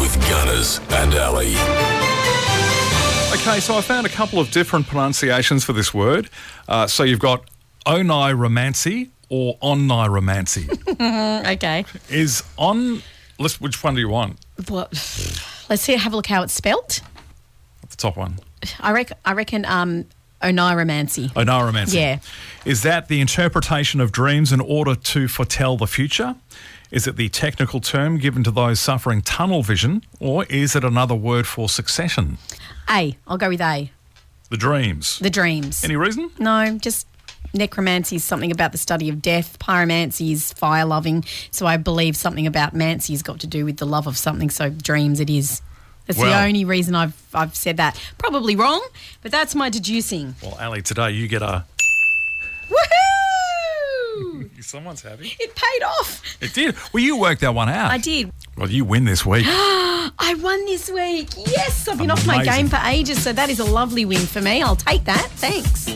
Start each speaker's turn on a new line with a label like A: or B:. A: Mars and Ali.
B: Okay, so I found a couple of different pronunciations for this word. Uh, so you've got oniromancy or oniromancy.
C: Okay.
B: Is on. Let's, which one do you want?
C: What? Let's see. Have a look how it's spelt.
B: The top one.
C: I reckon. I reckon. Um, oniromancy.
B: Oniromancy.
C: Yeah.
B: Is that the interpretation of dreams in order to foretell the future? Is it the technical term given to those suffering tunnel vision, or is it another word for succession?
C: A. I'll go with A.
B: The dreams.
C: The dreams.
B: Any reason?
C: no, just necromancy is something about the study of death. Pyromancy is fire loving. So I believe something about mancy has got to do with the love of something. So dreams, it is. That's
B: Well-
C: the only reason I've I've said that. Probably wrong, but that's my deducing.
B: Well, Ali, today you get a.
C: Woohoo!
B: Someone's happy.
C: it paid off.
B: It did. Well, you worked that one out.
C: I did.
B: Well, you win this week.
C: I won this week. Yes, I've been off my
B: Amazing.
C: game for ages, so that is a lovely win for me. I'll take that. Thanks.